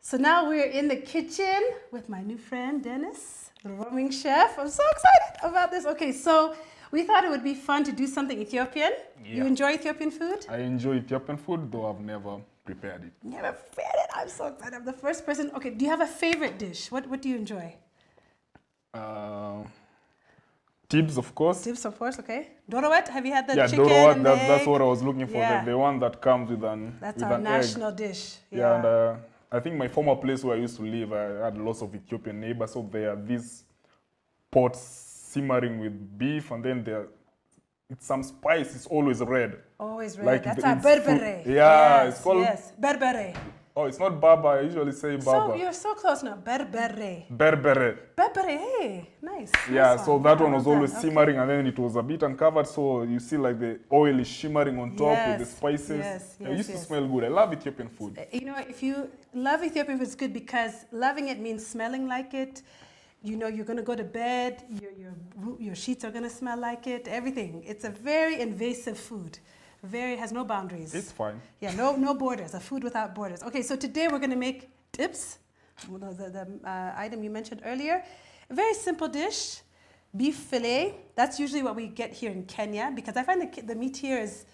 So now we're in the kitchen with my new friend Dennis, the roaming chef. I'm so excited about this. Okay, so we thought it would be fun to do something Ethiopian. You Yeah. enjoy Ethiopian food? I enjoy Ethiopian food, though I've never prepared it. Never prepared it. I'm so excited. I'm the first person. Okay, do you have a favorite dish? What what do you enjoy? Uh, tips, of course. Tips, of course. Okay, dorowet. Have you had the yeah, chicken? dorowat. and That's, that's egg? what I was looking for. Yeah. The, the one that comes with an That's with our an egg. national dish. Yeah, and uh, I think my former place where I used to live, I had lots of Ethiopian neighbors. So there are these pots simmering with beef, and then there it's some spice. It's always red. Always red. uh, like That's the- our it's food- berbere. Yeah, Yes, it's called- yes, berbere. Oh, it's not baba. I usually say So baba. you're so close now. Berbere. Berbere. Berbere. Hey, nice. Yeah, nice so that I one was love always that. Okay. simmering and then it was a bit uncovered, so you see like the oil is shimmering on top with Yes, the spices. yes, Yeah, yes, it used yes. to smell good. I love Ethiopian food. Uh, You know, if you love Ethiopian food, it's good because loving it means smelling like it. You know, you're going to go to bed, your, your, roo- your sheets are going to smell like it, everything. It's a very invasive food. Very has no boundaries. It's fine. yeah, no, no borders, a food without borders. Okay, so today we're going to make dips, well, the, the, the, uh, item you mentioned earlier. A very simple dish, beef fillet. That's usually what we get here in Kenya because I find the, ki- the meat here is,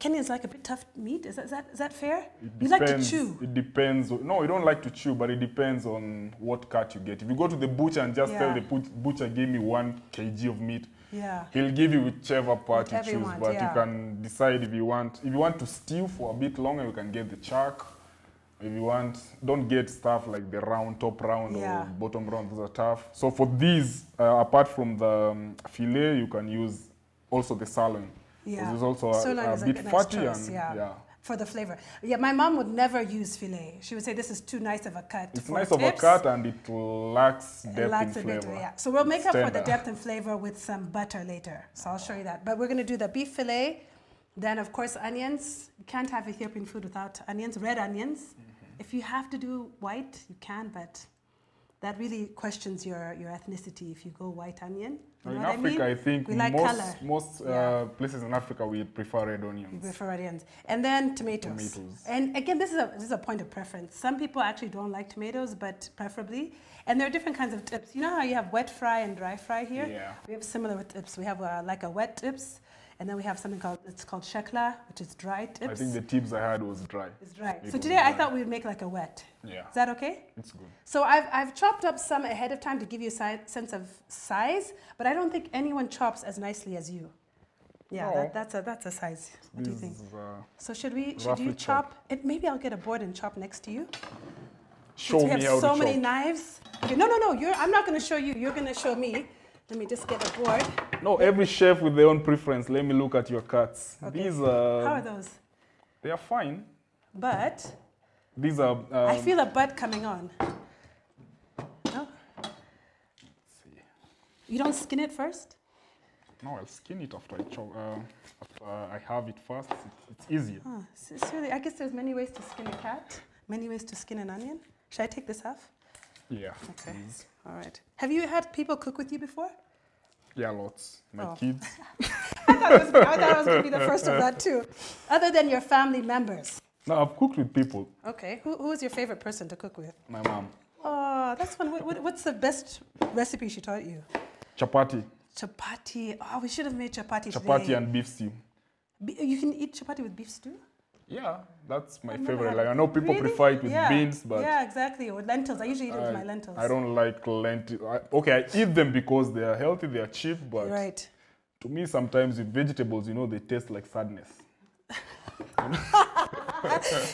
Kenya is like a bit tough meat. Is that, is that, is that fair? It You like to chew. It depends. o- No, you don't like to chew, but it depends on what cut you get. If you go to the butcher and just tell Yeah. the put- butcher, give me one kg of meat, Yeah. he'll give you whichever part Whatever you you choose. want, but yeah. you can decide if you want. If you want to stew for a bit longer, you can get the chuck. If you want, don't get stuff like the round, top round Yeah. or bottom round. Those are tough. So for these, uh, apart from the um, fillet, you can use also the sirloin. 'Cause Yeah. It's also a, Sirloin a is a bit good- nice fatty choice, and yeah. yeah. For the flavor. Yeah, my mom would never use filet. She would say this is too nice of a cut. It's for nice of a tips." cut and it lacks It depth lacks in a bit, flavor. yeah. So we'll make It's up for the tender. depth and flavor with some butter later. So I'll show you that. But we're gonna do the beef fillet, then of course onions. You can't have Ethiopian food without onions, red onions. Mm-hmm. If you have to do white, you can, but that really questions your, your ethnicity if you go white onion. You Oh, in know what Africa, I, I mean? think we like most, color. most Yeah. uh, places in Africa we prefer red You onions. prefer onions. And then tomatoes. Tomatoes. And again, this is, a, this is a point of preference. Some people actually don't like tomatoes, but preferably. And there are different kinds of tips. You know how you have wet fry and dry fry here? Yeah. We have similar with tips. We have uh, like a wet tips, and then we have something called, it's called shekla, which is dry tips. I think the tips I had was dry. it's dry. it So was today I dry. thought we would make like a wet. Yeah, Is that okay? it's good. So I've, I've chopped up some ahead of time to give you a si- sense of size, but I don't think anyone chops as nicely as you. Yeah, No. that, that's, a, that's a size. What do you This think? is, uh, So should we? Should Roughly you chop? chop. It, maybe I'll get a board and chop next to you. show Since me we how have so to many chop. knives. Okay, no, no, no. You're. I'm not going to show you. You're going to show me. Let me just get a board. No, every chef with their own preference. Let me look at your cuts. Okay. These How are are, those? they are fine. But These are, um, I feel a butt coming on. No. You don't skin it first. no, I'll skin it after I chop. Uh, after I have it first, it's, it's easier. Huh, it's, it's really. I guess there's many ways to skin a cat. Many ways to skin an onion. Should I take this off? Yeah, Okay. please. All right. Have you had people cook with you before? yeah, lots. My Oh. kids. I thought it was, I thought I was going to be the first of that too. Other than your family members. No, I've cooked with people. Okay, who, who is your favorite person to cook with? My mom, Oh, that's fun. What, what, what's the best recipe she taught you? chapati, Chapati. Oh, we should have made chapati chapati today. and beef stew. Be- you can eat chapati with beef stew? Yeah, that's my I've never favorite. had Like I know people Really? prefer it with Yeah. beans, but Yeah, exactly. Or lentils. I usually eat it with I- my lentils. I don't like lentils. I, okay, I eat them because they are healthy, they are cheap, but Right. to me sometimes with vegetables, you know, they taste like sadness.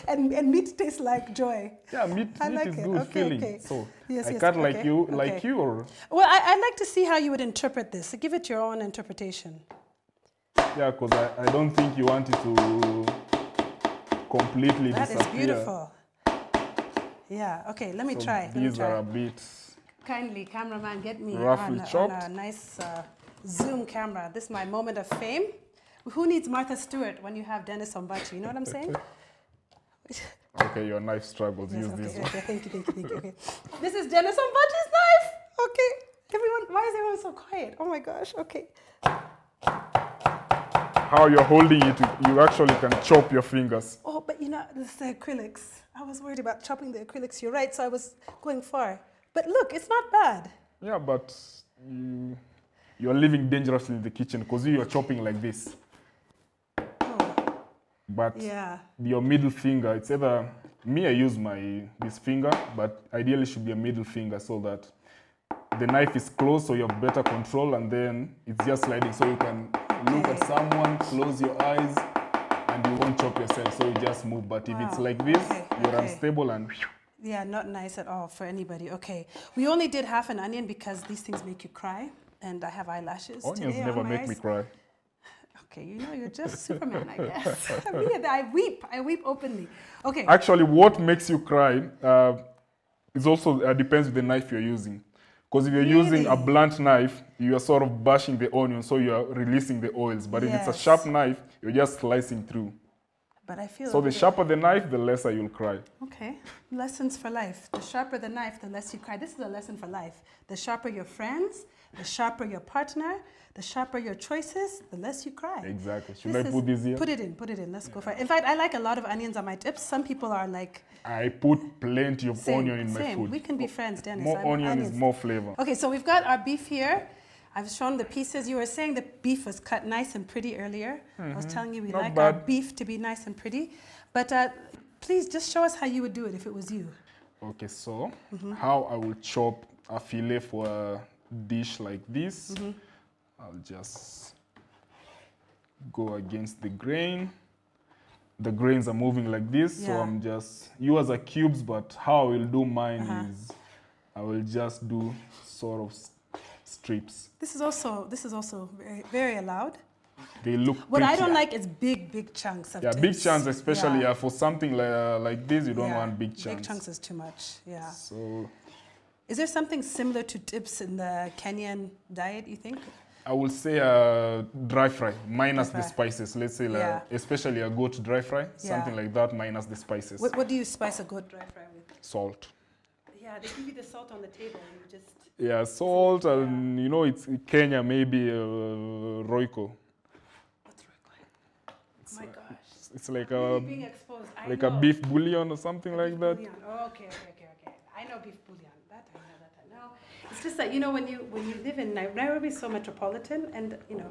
And, and meat tastes like joy. Yeah, meat, I meat like is it. good Okay, feeling. okay. So Yes, I yes, can't like okay, you, okay. like you, or Well, I, I'd like to see how you would interpret this. So give it your own interpretation. yeah, because I, I don't think you want it to completely That disappear. is beautiful. Yeah, okay, let me So try. Let me These try. are a bit. Kindly, cameraman, get me Roughly on, a- on chopped. a nice uh, zoom camera. This is my moment of fame. Who needs Martha Stewart when you have Dennis Ombachi? You know what I'm saying? Okay, your knife struggles. Yes, Use okay, this one. okay, thank you, thank you, thank you. Okay. This is Dennis Ombachi's knife. Okay, everyone, why is everyone so quiet? Oh my gosh, okay. how you're holding it, you actually can chop your fingers. Oh, but you know, this is the acrylics. I was worried about chopping the acrylics. You're right, so I was going far. But look, it's not bad. Yeah, but you, you're living dangerously in the kitchen because you're chopping like this. Oh, But yeah. your middle finger, it's either me, I use my this finger, but ideally should be a middle finger so that the knife is close, so you have better control, and then it's just sliding, so you can look at Okay. someone, close your eyes, and you won't chop yourself, so you just move. But if it's Wow. like this, Okay, you're okay. unstable and. Yeah, not nice at all for anybody. Okay. We only did half an onion because these things make you cry. And I have eyelashes. Onions today on never my make eyes. me cry. Okay, you know, you're just Superman, I guess. Me, I weep. I weep openly. Okay. Actually, what makes you cry uh, is also uh, depends with the knife you're using. Because if you're using a Really? blunt knife, you are sort of bashing the onion, so you are releasing the oils. But if it's a Yes. sharp knife, you're just slicing through. But I feel So the okay. sharper the knife, the lesser you'll cry. Okay. Lessons for life. The sharper the knife, the less you cry. This is a lesson for life. The sharper your friends, the sharper your partner, the sharper your choices, the less you cry. Exactly. Should This I is- put this here? Put it in, put it in. Let's go for it. In fact, I like a lot of onions on my tips. Some people are like, I put plenty of same, onion in my same. food. Oh, We can be friends, Dennis. more I'm onion onions. is more flavor. Okay, so we've got our beef here. I've shown the pieces. You were saying the beef was cut nice and pretty earlier. I was telling you we Mm-hmm. Not like our bad. beef to be nice and pretty. But uh, please just show us how you would do it if it was you. Okay, so Mm-hmm. how I will chop a fillet for a dish like this. Mm-hmm. I'll just go against the grain. The grains are moving like this, so Yeah. I'm just yours are cubes, but how I will do mine Uh-huh. is I will just do sort of s- strips. This is also this is also very, very allowed. They look What I pretty. don't like is big big chunks of Yeah, big dips. chunks, especially Yeah. uh, for something like, uh, like this, you don't Yeah. want big chunks. Big chunks is too much. Yeah. So Is there something similar to dips in the Kenyan diet? You think? I would say uh, dry fry minus Dry the fry. spices. Let's say, like, Yeah. especially a goat dry fry, something Yeah. like that minus the spices. What, what do you spice a good dry fry with? Salt. Yeah, they give you the salt on the table. and You just Yeah, salt, and you know, it's Kenya, maybe uh, Royco. what's right? oh My gosh. It's like Really a being exposed. I like a know. beef bouillon or something like that. Bouillon. Oh, okay, okay, okay, okay. I know beef bouillon. That I know that I know. It's just that you know when you when you live in Nai- Nairobi, is so metropolitan, and you know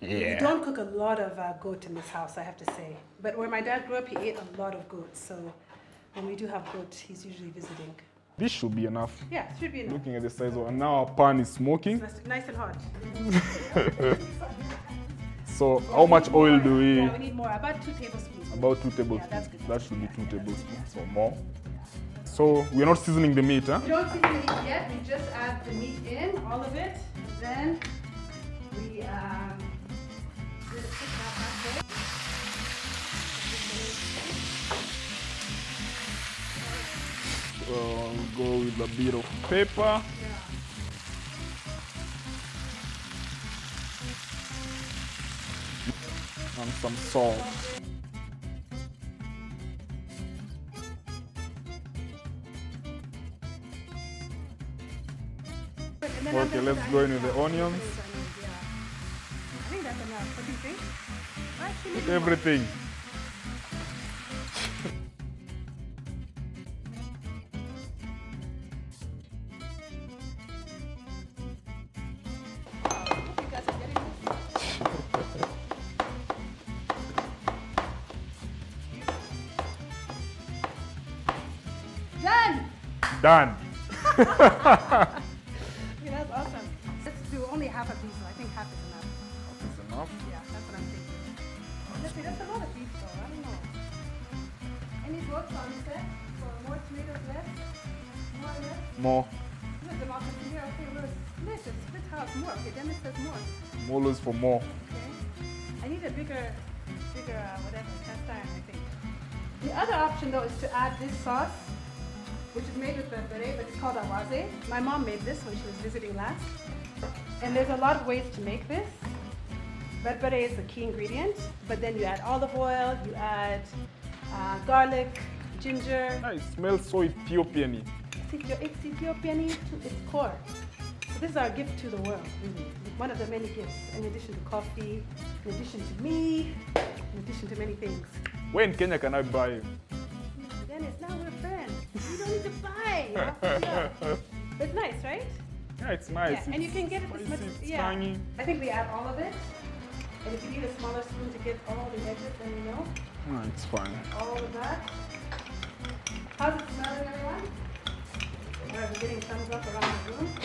we Yeah. don't cook a lot of uh, goat in this house. I have to say, but where my dad grew up, he ate a lot of goat. So when we do have goat, he's usually visiting. This should be enough. Yeah, it should be enough. Looking at the size of, and now our pan is smoking. It's nice and hot. So how much oil do we? Yeah, we need more. About two tablespoons. About two tablespoons. that's good. that should be two tablespoons or more. So we're not seasoning the meat, huh? We don't season it yet. We just add the meat in, all of it. Then we um, just put that back in. Uh, go with a bit of pepper. And some salt. But- and then Okay, after let's that, go in with the onions. yeah. I think that's enough. What do you think? Actually, Put everything. you guys are getting this. Done! Done. Okay, that's awesome. Let's do only half of these. though. I think half is enough. That's enough. Yeah, that's what I'm thinking. Let's see, that's a lot of beef though. I don't know. Any votes on set for more tomatoes left? More left? More. Look, democracy here. Okay, we're split. It's split house. More. Okay, Dennis says more. I'm always for more. Okay. I need a bigger, bigger uh, whatever cast iron. I think. The other option though is to add this sauce, which is made with berbere, but it's called awaze. My mom made this when she was visiting last. And there's a lot of ways to make this. Berbere is the key ingredient, but then you add olive oil, you add uh, garlic, ginger. Ah, it smells so Ethiopian It's Ethio- it's Ethiopian to its core. So This is our gift to the world. One of the many gifts, in addition to coffee, in addition to me, in addition to many things. Where in Kenya can I buy? Dennis, now we're friends. You don't need to buy. You have to know. it's nice, right? Yeah, it's nice. yeah, and you It's can get it as much. spicy, it's yeah. tangy. I think we add all of it. And if you need a smaller spoon to get all the edges, then you know Ah, it's fine. all of that. How's it smelling, everyone? All right, we're getting thumbs up around the room. all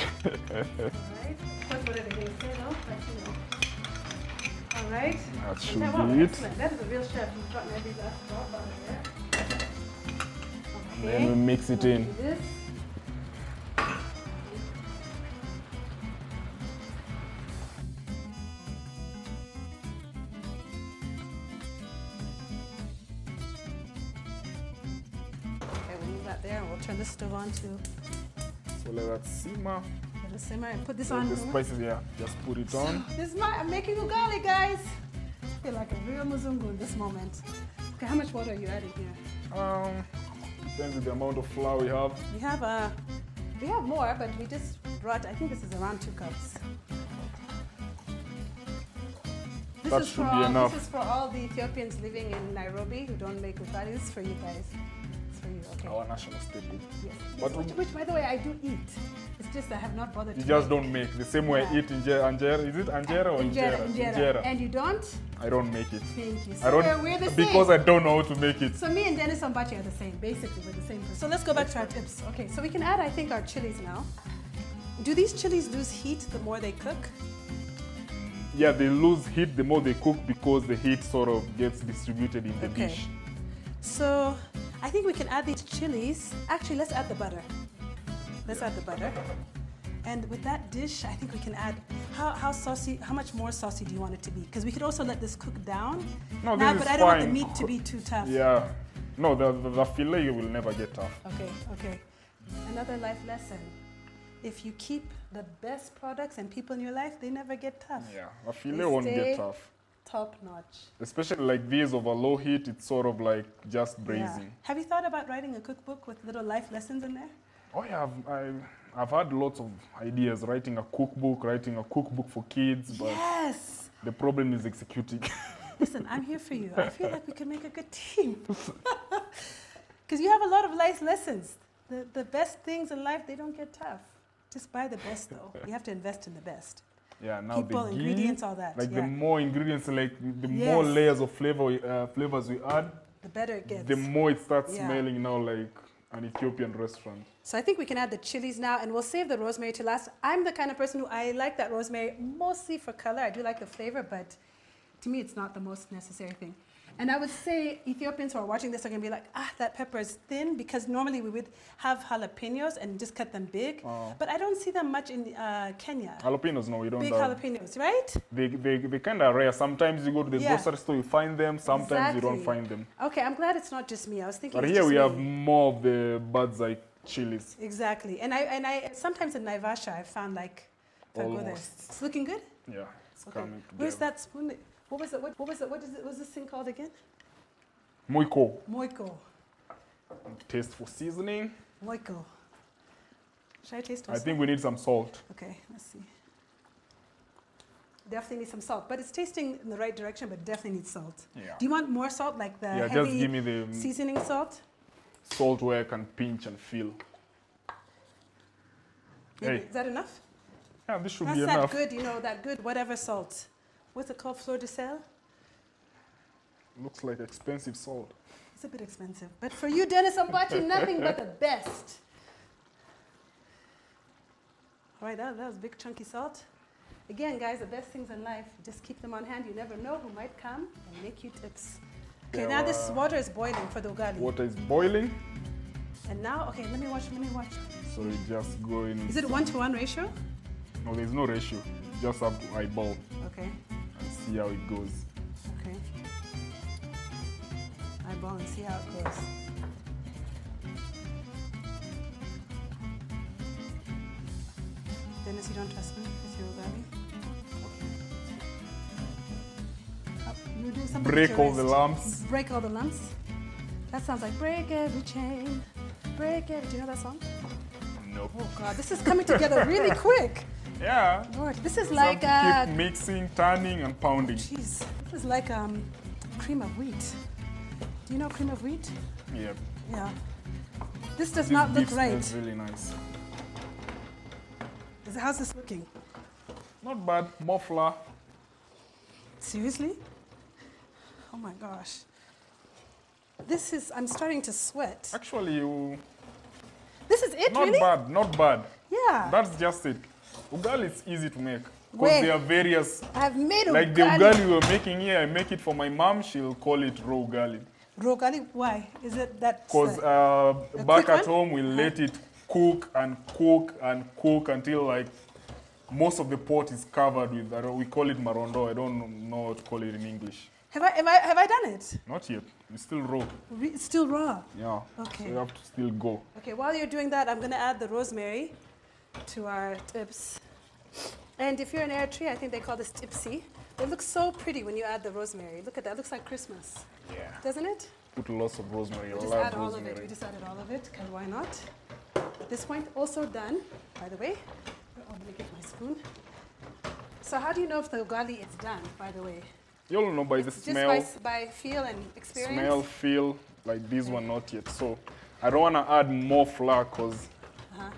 right. That's what everything say, though. But you know. All right. That And that, should wow, be it. excellent. That is a real chef. He's gotten every last drop out of there. Okay. Then we mix it Now in. do this. Okay, we'll leave that there and we'll turn this stove on to So let that simmer. let it simmer and put this Let on. the Mama. spices, yeah, just put it on. This is my, I'm making ugali, guys. I feel like a real Muzungu in this moment. Okay, how much water are you adding here? Um, depends with the amount of flour we have. We have uh, we have more, but we just brought. I think this is around two cups. This That is should for be all, enough. This is for all the Ethiopians living in Nairobi who don't make ugali. This is for you guys. It's for you. Okay. Our national staple. Yes. yes Oh. But- which, which, by the way, I do eat. It's just I have not bothered. You to just make. don't make the same way I Yeah. eat injera. Anjera. Is it anjera or Injera, injera? injera. And you don't? I don't make it. Thank you. So I don't we're, we're the same. because I don't know how to make it. So me and Dennis Ombachi are the same, basically we're the same person. So let's go back to our tips. Okay, so we can add, I think, our chilies now. Do these chilies lose heat the more they cook? Yeah, they lose heat the more they cook because the heat sort of gets distributed in the Okay. dish. So I think we can add these chilies. Actually, let's add the butter. Let's add the butter. And with that dish, I think we can add how, how saucy, how much more saucy do you want it to be? Because we could also let this cook down. No, now, this but is I don't want the fine. meat to be too tough. Yeah. No, the, the, the fillet will never get tough. Okay, okay. Another life lesson. If you keep the best products and people in your life, they never get tough. Yeah, the fillet won't stay- get tough. Top notch. Especially like these over low heat, it's sort of like just Yeah. braising. Have you thought about writing a cookbook with little life lessons in there? Oh yeah, I've, I, I've had lots of ideas, writing a cookbook, writing a cookbook for kids, but Yes. the problem is executing. Listen, I'm here for you. I feel like we can make a good team. Because you have a lot of life lessons. The, the best things in life, they don't get tough. Just buy the best, though. You have to invest in the best. yeah, now People, the ingredients, ghee, all that. like yeah. the more ingredients, like the more Yes. layers of flavor we- uh, flavors we add, the better it gets. the more it starts Yeah. smelling now like an Ethiopian restaurant. So I think we can add the chilies now, and we'll save the rosemary to last. I'm the kind of person who I like that rosemary mostly for color. I do like the flavor, but to me, it's not the most necessary thing. And I would say Ethiopians who are watching this are going to be like, ah, that pepper is thin, because normally we would have jalapenos and just cut them big. Oh. But I don't see them much in uh, Kenya. Jalapenos, no, we don't Big have. jalapenos, right? They, they, they kind of rare. Sometimes you go to the Yeah. grocery store, you find them. Sometimes you Exactly. don't find them. Okay, I'm glad it's not just me. I was thinking. But it's here just we me. have more of the bird's eye chilies. Exactly, and I and I sometimes in Naivasha I've found like. if I go there- Almost. It's looking good. Yeah, it's Okay. coming together. Where's that spoon? that- What was it? What, what was it? What is it? What was this thing called again? Moiko. Moiko. Taste for seasoning. Moiko. Should I taste I also? think we need some salt. Okay, let's see. Definitely need some salt, but it's tasting in the right direction, but definitely needs salt. Yeah. Do you want more salt, like the yeah, just heavy give me the mm, seasoning salt? salt where I can pinch and feel. Maybe- Hey. Is that enough? Yeah, this should That's be that enough. good, you know, that good whatever salt. What's it called, fleur de sel? Looks like expensive salt. It's a bit expensive, but for you, Dennis Ambachi, nothing but the best. All right, that, that was big chunky salt. Again, guys, the best things in life, just keep them on hand. You never know who might come and make you tips. Okay, Yeah, now this well, water is boiling for the ugali. Water is boiling, And now, okay, let me watch, let me watch. so you just go in. Is it one to one ratio? No, there's no ratio. You just have to eyeball Okay, and see how it goes. okay. Eyeball and see how it goes. Dennis, you don't trust me with your ugali? Oh, You're doing something with Break your all the wrist. lumps. Break all the lumps. That sounds like break every chain. Break every. Do you know that song? Nope. Oh God, this is coming together really quick. Yeah. Lord, this is Just like uh, have to a keep mixing, turning, and pounding. jeez. This is like um, cream of wheat. Do you know cream of wheat? Yeah. Yeah. This does This not beef look right. smells really nice. Is- How's this looking? Not bad. More flour. Seriously? Oh my gosh. This is, I'm starting to sweat. Actually, you. This is it, Not really? bad. Not bad. Yeah. That's just it. Ugali is easy to make because Wait. there are various. I've made Like the ugali. ugali we were making here, I make it for my mom. She'll call it raw ugali. Rogali, why? Is it that? Because uh, uh, A back quick at one? Uh-huh. home, we let it cook and cook and cook until like most of the pot is covered with, I don't- we call it marondo. I don't know what to call it in English. have, I, have, I, have I done it? Not yet. It's still raw. Re- it's still raw. Yeah. So Okay. you have to still go. Okay, while you're doing that, I'm going to add the rosemary to our tips. And if you're in Eritrea, I think they call this tipsy. It looks so pretty when you add the rosemary. Look at that. It looks like Christmas, Yeah. doesn't it? Put lots of rosemary. We I just love add all of rosemary. it. We just added all of it, because why not? At this point, also done, by the way. Oh, let me get my spoon. So how do you know if the ugali is done, by the way? You'll know by the Just by, smell. s- by feel and experience? Smell, feel like this one not yet. So I don't want to add more flour because Uh-huh.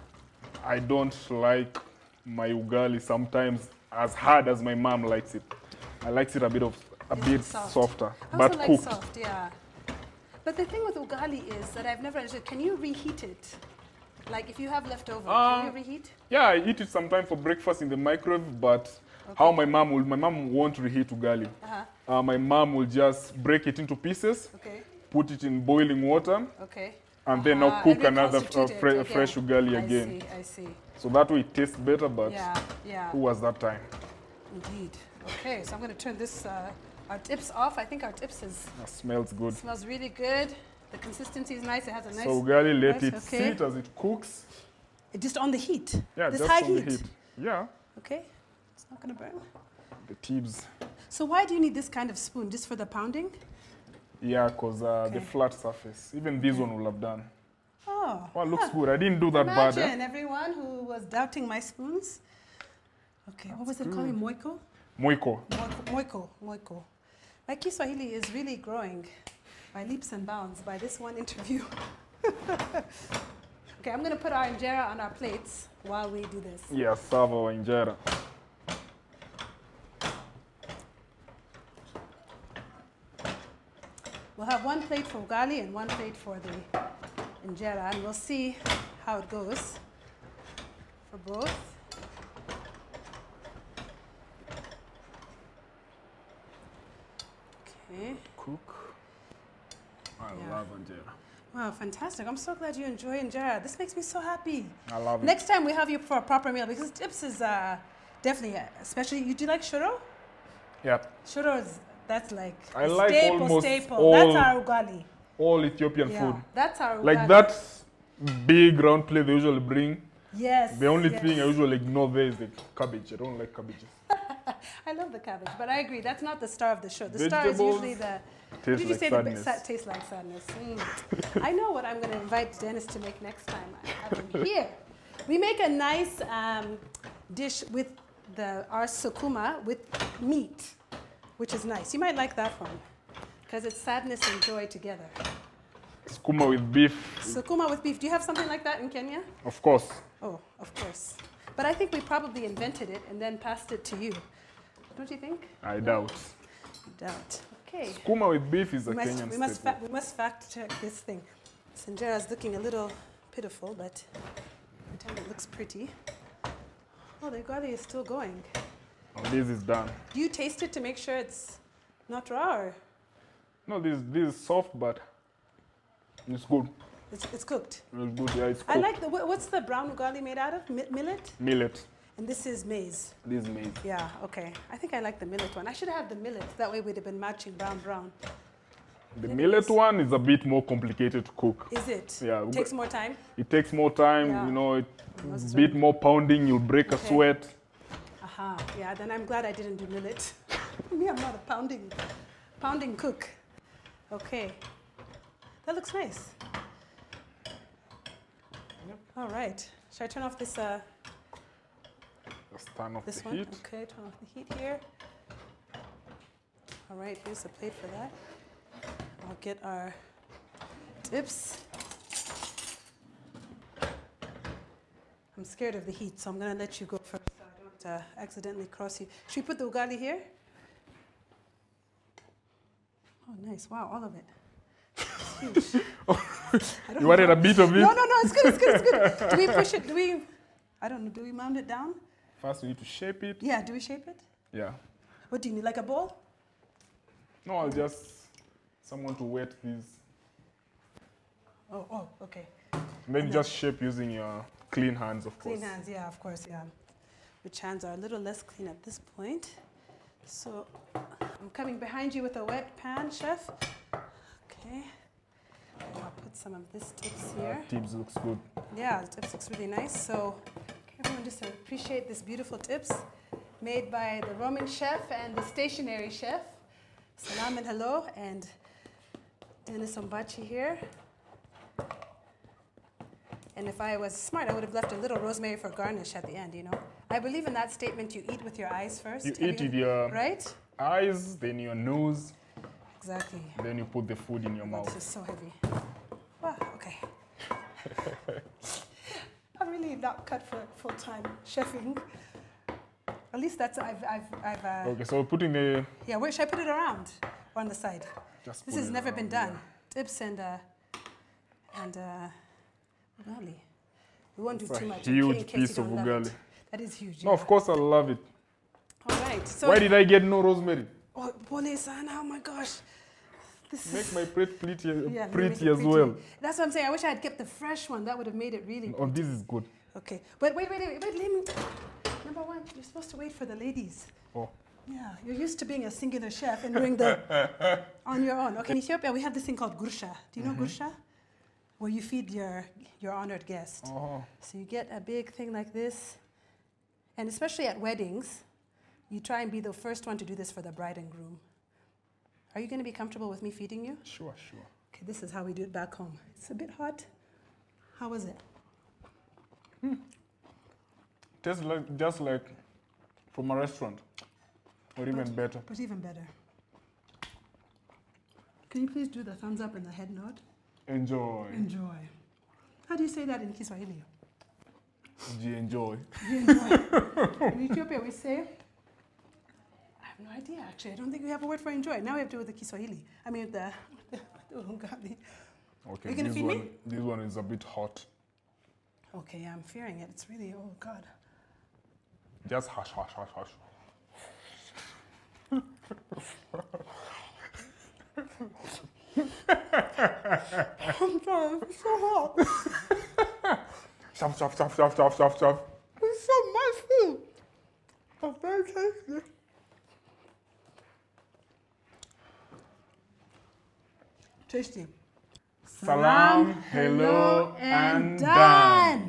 I don't like my ugali sometimes as hard as my mom likes it. I likes it a bit of a Is it bit soft? softer, I but also like cooked. soft, yeah. But the thing with ugali is that I've never understood, can you reheat it? Like if you have leftover, Um, can you reheat? Yeah, I eat it sometimes for breakfast in the microwave, but how my mom will my mom won't reheat ugali. Uh-huh. Uh, my mom will just break it into pieces, Okay, put it in boiling water, okay. and then now Ah, cook and another f- uh, reconstitute it fre- again. fresh ugali again. I see, I see. So that way it tastes better, but Yeah, yeah. who was that time? Indeed. Okay, so I'm going to turn this, uh, our tips off. I think our tips is, That Ah, smells good. smells really good. The consistency is nice. It has a nice. so ugali, let nice, it okay. sit as it cooks. just on the heat. Yeah, this just high on the heat. heat. Yeah, Okay, it's not going to burn. the tips. So why do you need this kind of spoon? Just for the pounding? Yeah, because uh, the Okay. flat surface. Even this one will have done. Oh. Well, looks good. I didn't do that bad. Imagine Eh? everyone who was doubting my spoons. Okay, what was it called? Moiko? Mwiko. Moiko, moiko, moiko. My Kiswahili is really growing by leaps and bounds by this one interview. okay, I'm going to put our injera on our plates while we do this. Yeah, serve our injera. We'll have one plate for ugali and one plate for the injera, and we'll see how it goes for both. Okay. Cook. I Yeah. love injera. Wow, fantastic. I'm so glad you enjoy injera. This makes me so happy. I love it. Next time we have you for a proper meal because tips is uh, definitely, uh, especially, you do like shuro? Yeah. Shuro is, that's like I a like staple, almost staple. all that's our ugali. All Ethiopian Yeah, food. that's our Like ugali. that big round plate they usually bring. Yes. The only yes. thing I usually ignore there is the cabbage. I don't like cabbages. I love the cabbage, but I agree that's not the star of the show. The star is Vegetables usually the. what Tastes did you like say sadness. the sa- tastes like sadness? Mm. I know what I'm going to invite Dennis to make next time. I have him here. We make a nice um, dish with the our sukuma with meat, which is nice. You might like that one because it's sadness and joy together. Skuma with beef, Sukuma with beef. Do you have something like that in Kenya? of course. Oh, of course. But I think we probably invented it and then passed it to you. Don't you think? I doubt. Doubt. Okay. Skuma with beef is a We must, Kenyan we, must staple. fa- we must fact check this thing. Sanjara's looking a little pitiful, but pretend it looks pretty. Oh, the ugali is still going. And Oh, this is done. Do you taste it to make sure it's not raw? Or No, this this is soft, but it's good. it's, it's cooked. It's good. Yeah, it's cooked. I like the. wha- What's the brown ugali made out of? Mi- millet? millet. And this is maize. This is maize. Yeah, okay. I think I like the millet one. I should have had the millet. That way we'd have been matching brown, brown. The Yes. millet one is a bit more complicated to cook. Is it? Yeah, we Takes got- more time? It takes more time, Yeah. you know, it Must a bit more pounding, you'll break a Okay. sweat. Aha, yeah, then I'm glad I didn't do millet. Me, I'm not a pounding, pounding cook. Okay, that looks nice. All right, should I turn off this? Uh, The Let's turn off This the one? heat. Okay, turn off the heat here. All right, here's the plate for that. I'll get our dips. I'm scared of the heat, so I'm gonna let you go first so I don't uh, accidentally cross you. Should we put the ugali here? Oh, nice. Wow, all of it. It's huge. I don't Oh, You know wanted how- a bit of it? No, no, no, it's good, it's good, it's good. Do we push it? Do we, I don't know, do we mound it down? First, we need to shape it. Yeah, do we shape it? Yeah. What do you need? Like a bowl? No, I'll just someone to wet these. Oh, oh, okay. And then And just shape using your clean hands, of Clean course. hands, yeah, of course, yeah. Which hands are a little less clean at this point. So I'm coming behind you with a wet pan, chef. Okay. And I'll put some of this tips here. Uh, Tips looks good. Yeah, the tips looks really nice. So can everyone just appreciate this beautiful tips made by the Roman chef and the stationary chef. Salam and hello, and Dennis Ombachi here. And if I was smart, I would have left a little rosemary for garnish at the end, you know. I believe in that statement you eat with your eyes first. You Have eat with your Right? eyes, then your nose, Exactly. then you put the food in your Oh, mouth. This is so heavy. Wow, okay. I'm really not cut for full time chefing. At least that's I've I've I've uh, Okay, so putting the yeah. Where should I put it around or on the side? just This put has it never been around, yeah. done. Dips and uh, and uh, ugali. We won't do It's a too much. okay, huge in case you piece of don't love it. ugali. That is huge. No, yeah. of course I love it. All right. So Why did I get no rosemary? oh, Bole san, oh my gosh, this is Make my plate pretty, Yeah, we make pretty it as well. That's what I'm saying. I wish I had kept the fresh one. That would have made it really. Oh, this is good. Okay, but wait, wait, wait, wait. Let me. Number one, you're supposed to wait for the ladies. Oh, Yeah, you're used to being a singular chef and doing the on your own. Okay, in Ethiopia we have this thing called gursha. Do you Mm-hmm. know gursha? Where you feed your your honored guest. oh. So you get a big thing like this, and especially at weddings, you try and be the first one to do this for the bride and groom. Are you going to be comfortable with me feeding you? sure, sure. Okay, this is how we do it back home. It's a bit hot. How was it? Tastes like just like from a restaurant, or even better. But even better. Can you please do the thumbs up and the head nod? Enjoy, Enjoy. How do you say that in Kiswahili? Gee, enjoy. You enjoy. in Ethiopia, we say, I have no idea actually. I don't think we have a word for enjoy. Now we have to do the Kiswahili. I mean, the. the Ugali. Okay, You gonna this feed me? one, this one is a bit hot. okay, I'm fearing it. It's really, oh God. Just hush, hush, hush, hush. I'm sorry, it's so hot. Shove, shove, shove, shove, shove, shove, shove. It's so much food. It's very tasty. Tasty. Salam, hello, and done.